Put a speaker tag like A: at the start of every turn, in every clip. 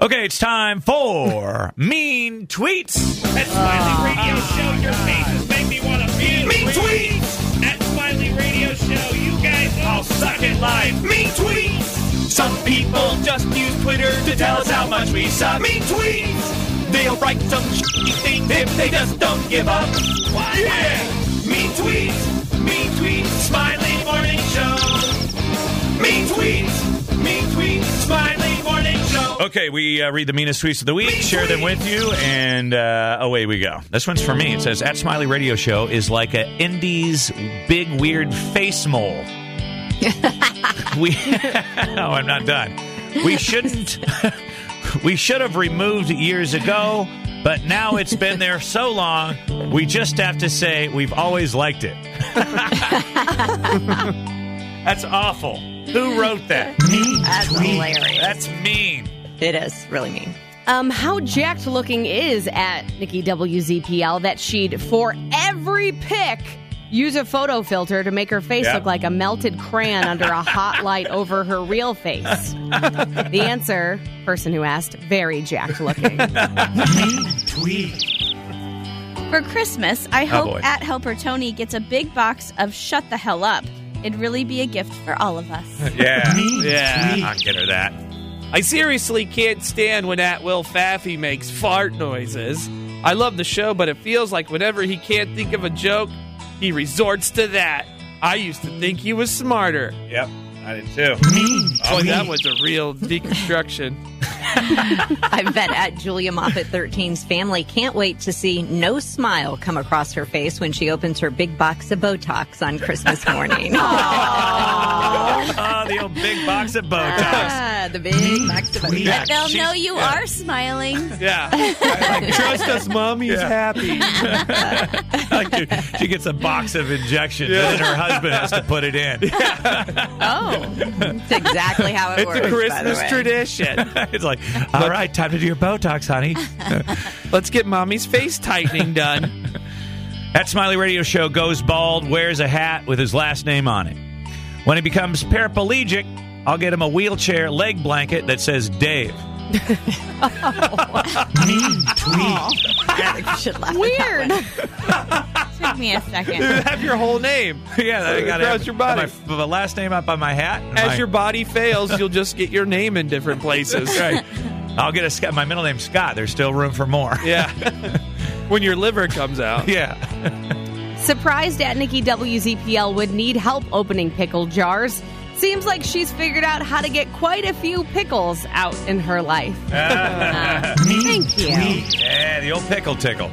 A: Okay, it's time for Mean Tweets.
B: At Smiley Radio Show, your faces make me want to be
C: Mean
B: tweets! At Smiley Radio Show, you guys all suck at life. Mean tweets! Some people just use Twitter to tell us how much we suck. Mean tweets! They'll write some shitty thing if they just don't give up. What? Yeah! Mean tweets! Mean tweets! Smiley Morning Show! Mean tweets! Mean tweets! Smiley Morning Show!
A: Okay, we uh, read the meanest tweets of the week,
B: Mean
A: share them with you, and uh, away we go. This one's for me. It says, At Smiley Radio Show is like a Indies big weird face mole. we, oh, I'm not done. We shouldn't, we should have removed it years ago, but now it's been there so long, we just have to say we've always liked it. That's awful. Who wrote that?
D: That's hilarious.
A: That's mean.
D: It is really mean.
E: Um, how jacked looking is at Nikki WZPL that she'd for every pic use a photo filter to make her face
A: Yeah.
E: look like a melted crayon under a hot light over her real face? the answer, person who asked, very jacked looking.
F: For Christmas, I
A: Oh, boy.
F: hope at helper Tony gets a big box of Shut the Hell Up. It'd really be a gift for all of us.
A: Yeah. yeah. I'll get her that.
G: I seriously can't stand when at Will Faffy makes fart noises. I love the show, but it feels like whenever he can't think of a joke, he resorts to that. I used to think he was smarter.
A: Yep. I did too. Oh,
G: Boy, that was a real deconstruction.
D: I bet at Julia Moffat 13's family can't wait to see no smile come across her face when she opens her big box of Botox on Christmas morning.
A: Oh, the old big box of Botox.
D: Ah, the big box of Botox.
A: Yeah,
F: They'll
A: she's-
F: know you
A: yeah.
F: are smiling.
G: Yeah. Trust us, mommy's happy.
A: she gets a box of injections, and then her husband has to put it in.
D: It's exactly how it
G: It's
D: works.
G: a
D: by the
G: Christmas
D: way.
G: tradition.
A: It's like, all right, time to do your Botox, honey.
G: Let's get mommy's face tightening done.
A: That Smiley Radio Show goes bald, wears a hat with his last name on it. When he becomes paraplegic, I'll get him a wheelchair leg blanket that says Dave.
D: I should laugh.
E: Weird.
F: Took me a second.
G: Have your whole name.
A: Yeah, I got
G: Across your body.
A: My, my last name up on my hat. and my-
G: As your body fails, you'll just get your name in different places.
A: right. I'll get a Scott. My middle name's Scott. There's still room for more.
G: Yeah. when your liver comes out.
A: Yeah.
E: Surprised at Nikki WZPL would need help opening pickle jars. Seems like she's figured out how to get quite a few pickles out in her life. Uh, thank you.
A: Yeah, the old pickle tickle.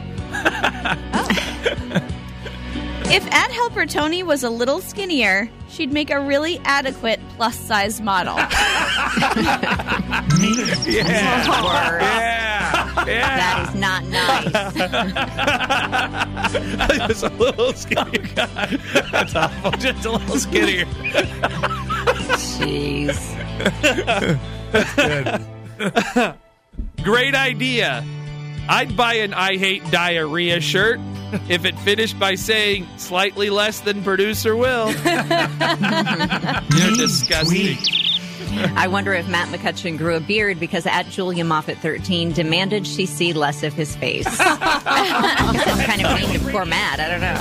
F: If ad helper Tony was a little skinnier, she'd make a really adequate plus size model.
A: Yeah.
D: Word.
A: yeah.
D: That is not nice.
A: Just a little skinnier. That's awful. Just a little skinnier.
D: Jeez.
G: Great idea. I'd buy an I hate diarrhea shirt if it finished by saying slightly less than producer Will. You're disgusting.
D: I wonder if Matt McCutcheon grew a beard because at Julia Moffat 13 demanded she see less of his face. That's kind of mean to poor Matt. I don't know.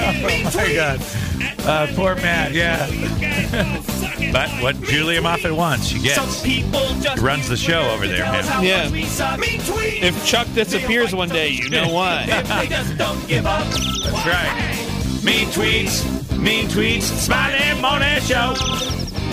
A: Oh my God. Uh, poor Matt. Yeah. But what Julia Moffat wants, she gets.
B: people just
A: Runs the show over there, man.
G: Yeah.
B: If
G: If Chuck disappears one day, you know why.
B: they just don't give up.
A: That's right. Mean tweets. Mean tweets. Smiley morning show.